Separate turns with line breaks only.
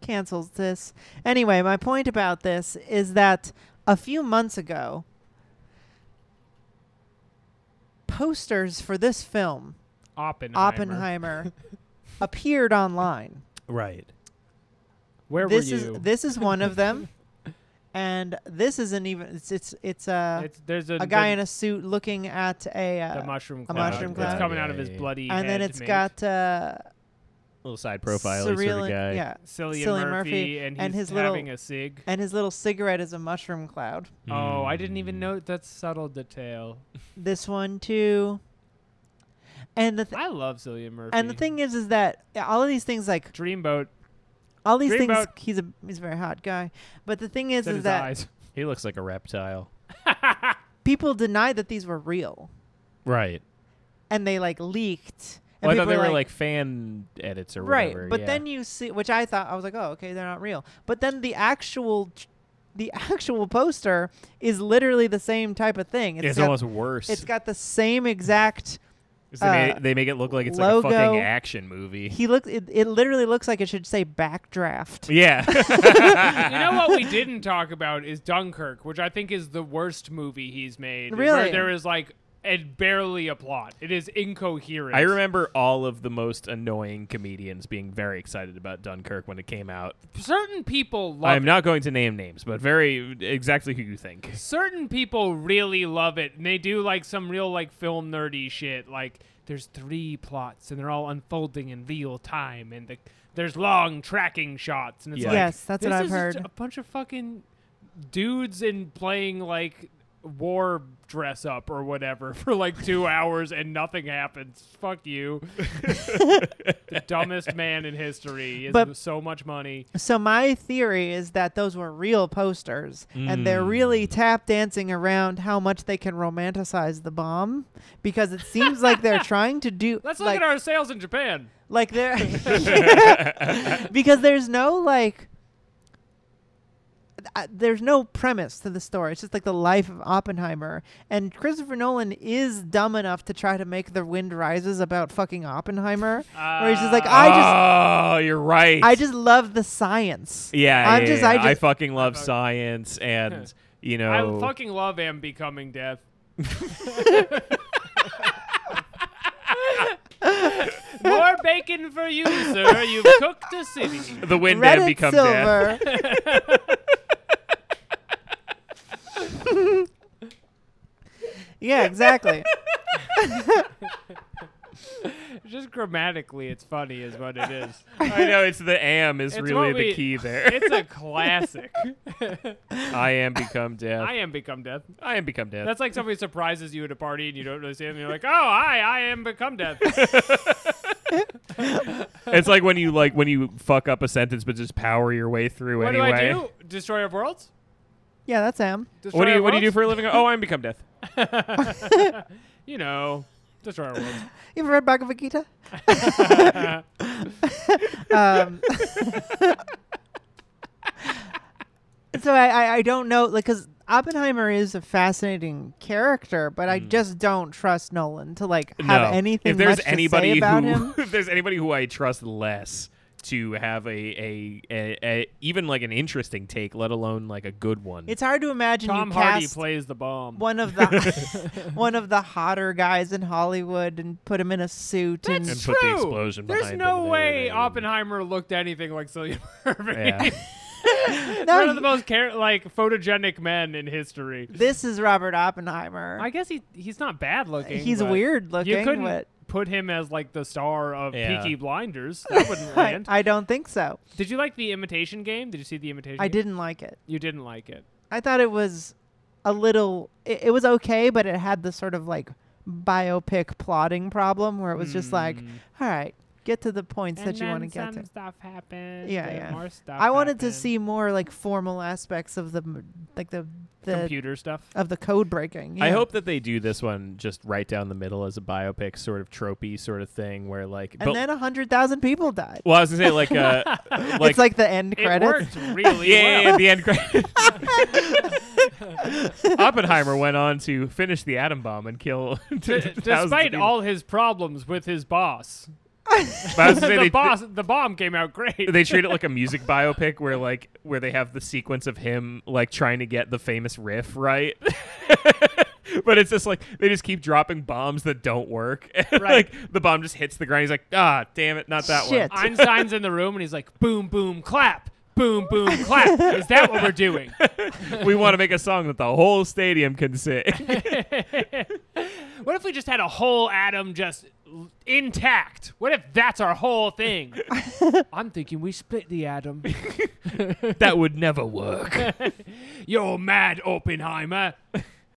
cancels this. Anyway, my point about this is that a few months ago, posters for this film,
Oppenheimer.
Oppenheimer, appeared online.
Right.
Where
this
were
is
you?
this is one of them. And this isn't even it's it's it's a
it's, there's uh, a,
a guy in a suit looking at a
the,
uh,
the mushroom
a
cloud.
mushroom
It's
cloud.
coming out
Yeah,
of his
yeah, yeah.
bloody
and then
it's
it's got uh
Little side profile sort
surreal
of guy.
yeah
Cillian,
Cillian
Murphy,
Murphy
and,
and
he's
his little-
having a cig.
and his little cigarette is a mushroom cloud.
Oh, I didn't
Hmm.
even know that subtle detail.
This one too. And the th-
I love Cillian Murphy.
and the thing is is that all of these things like
Dreamboat
all these things
Dreamboat.
he's a he's a very hot guy. But the thing is
said
is
his
that
eyes.
He looks like a reptile.
people denied that these were real
Right.
and they like leaked. And
Well, I thought
people
they were like, fan edits or
right,
whatever.
but
yeah.
then you see, which I thought I was like, oh, okay, they're not real. But then the actual, the actual poster is literally the same type of thing.
it's,
got,
almost worse.
it's got the same exact.
It's the ma-
uh,
they make it look like it's
logo.
like a fucking action movie.
He looked. It, it literally looks like it should say backdraft.
Yeah.
you know what we didn't talk about is Dunkirk, which I think is the worst movie he's made.
Really?
Where there is like and barely a plot. It is incoherent.
I remember all of the most annoying comedians being very excited about Dunkirk when it came out.
certain people love
I'm
it.
not going to name names, but very exactly who you think.
certain people really love it and they do like some real like film nerdy shit like there's three plots and they're all unfolding in real time and the, there's long tracking shots and it's
Yeah.
like
Yes, that's what
this
I've
is just
heard.
a bunch of fucking dudes in playing like war dress up or whatever for like two hours and nothing happens fuck you the dumbest man in history is
But-
with so much money
So my theory is that those were real posters, and they're
Hmm.
really tap dancing around how much they can romanticize the bomb, because it seems like they're trying to do.
let's look
like,
at our sales in japan
Like there, because there's no like, uh, there's no premise to the story. It's just like the life of Oppenheimer, and Christopher Nolan is dumb enough to try to make The Wind Rises about fucking Oppenheimer, where he's just like, I just,
oh, you're right.
I just love the science.
Yeah,
I'm
yeah,
just,
yeah.
I
I
just-
fucking love
fuck-
science, and you know,
I fucking love him becoming deaf. More bacon for you, sir. You've cooked the city.
the wind
Red
man
and
become dead.
silver. yeah, exactly.
Just grammatically, it's funny, is what it is.
I know it's the am is
It's
really
what we-
the key there.
It's a classic.
I am become death.
I
I,
am become deaf.
am become death.
That's like somebody surprises you at a party and you don't really see them. You're like, oh, I, I am become deaf.
it's like when you like when you fuck up a sentence but just power your way through
What do
anyway.
I do? Destroy of worlds?
Yeah, that's Am.
Destroy
What do you
of
what do you do
worlds?
for a living? Oh, I'm become death.
You know, destroy of worlds.
You ever read Bhagavad Gita? um, so I, I, I don't know, like, because Oppenheimer is a fascinating character, but I just don't trust Nolan to like have
Hmm. no.
anything.
if there's
much
anybody
to say about
who
him.
if there's anybody who I trust less to have a a, a, a even like an interesting take, let alone like a good one.
It's hard to imagine
Tom
you
Hardy
cast
plays the bomb.
one of the one of the hotter guys in Hollywood and put him in a suit and
And put the explosion
There's
behind
no
him and
way
everything.
Oppenheimer looked anything like Cillian Murphy.
yeah.
No,
One of
he-
the most char- like photogenic men in history.
this is Robert Oppenheimer.
I guess he he's not bad looking.
He's
but
weird looking,
You couldn't
but
put him as like the star of
Yeah.
Peaky Blinders. That wouldn't
I,
land.
I don't think so.
Did you like the Imitation Game? Did you see the Imitation?
I
Game?
didn't like it.
You didn't like it.
I thought it was a little. It, it was okay, but it had this sort of like biopic plotting problem where it was just like,
Hmm.
all right, get to the points that you want to get to.
stuff happened.
Yeah, and yeah. more
stuff.
I wanted to see more like formal aspects of the m- like the the
computer stuff.
of the code breaking.
I
yeah.
hope that they do this one just right down the middle as a biopic sort of tropey sort of thing where like
And then a hundred thousand people died.
well I was gonna say like uh like,
it's like the end
It
credits.
worked really
yeah, yeah,
well.
yeah, the end credits. Oppenheimer went on to finish the atom bomb and kill
D-
thousands of
despite
people.
all his problems with his boss.
But I was gonna say,
the
they-
boss, the bomb came out great.
they treat it like a music biopic where like where they have the sequence of him like trying to get the famous riff right but it's just like they just keep dropping bombs that don't work And,
Right.
like the bomb just hits the ground he's like ah damn it not that
Shit.
one
Einstein's in the room and he's like, boom, boom, clap, boom, boom, clap. Is that what we're doing?
we want to make a song that the whole stadium can sing
What if we just had a whole atom just l- intact? What if that's our whole thing? I'm thinking we split the atom.
that would never work
You're mad, Oppenheimer.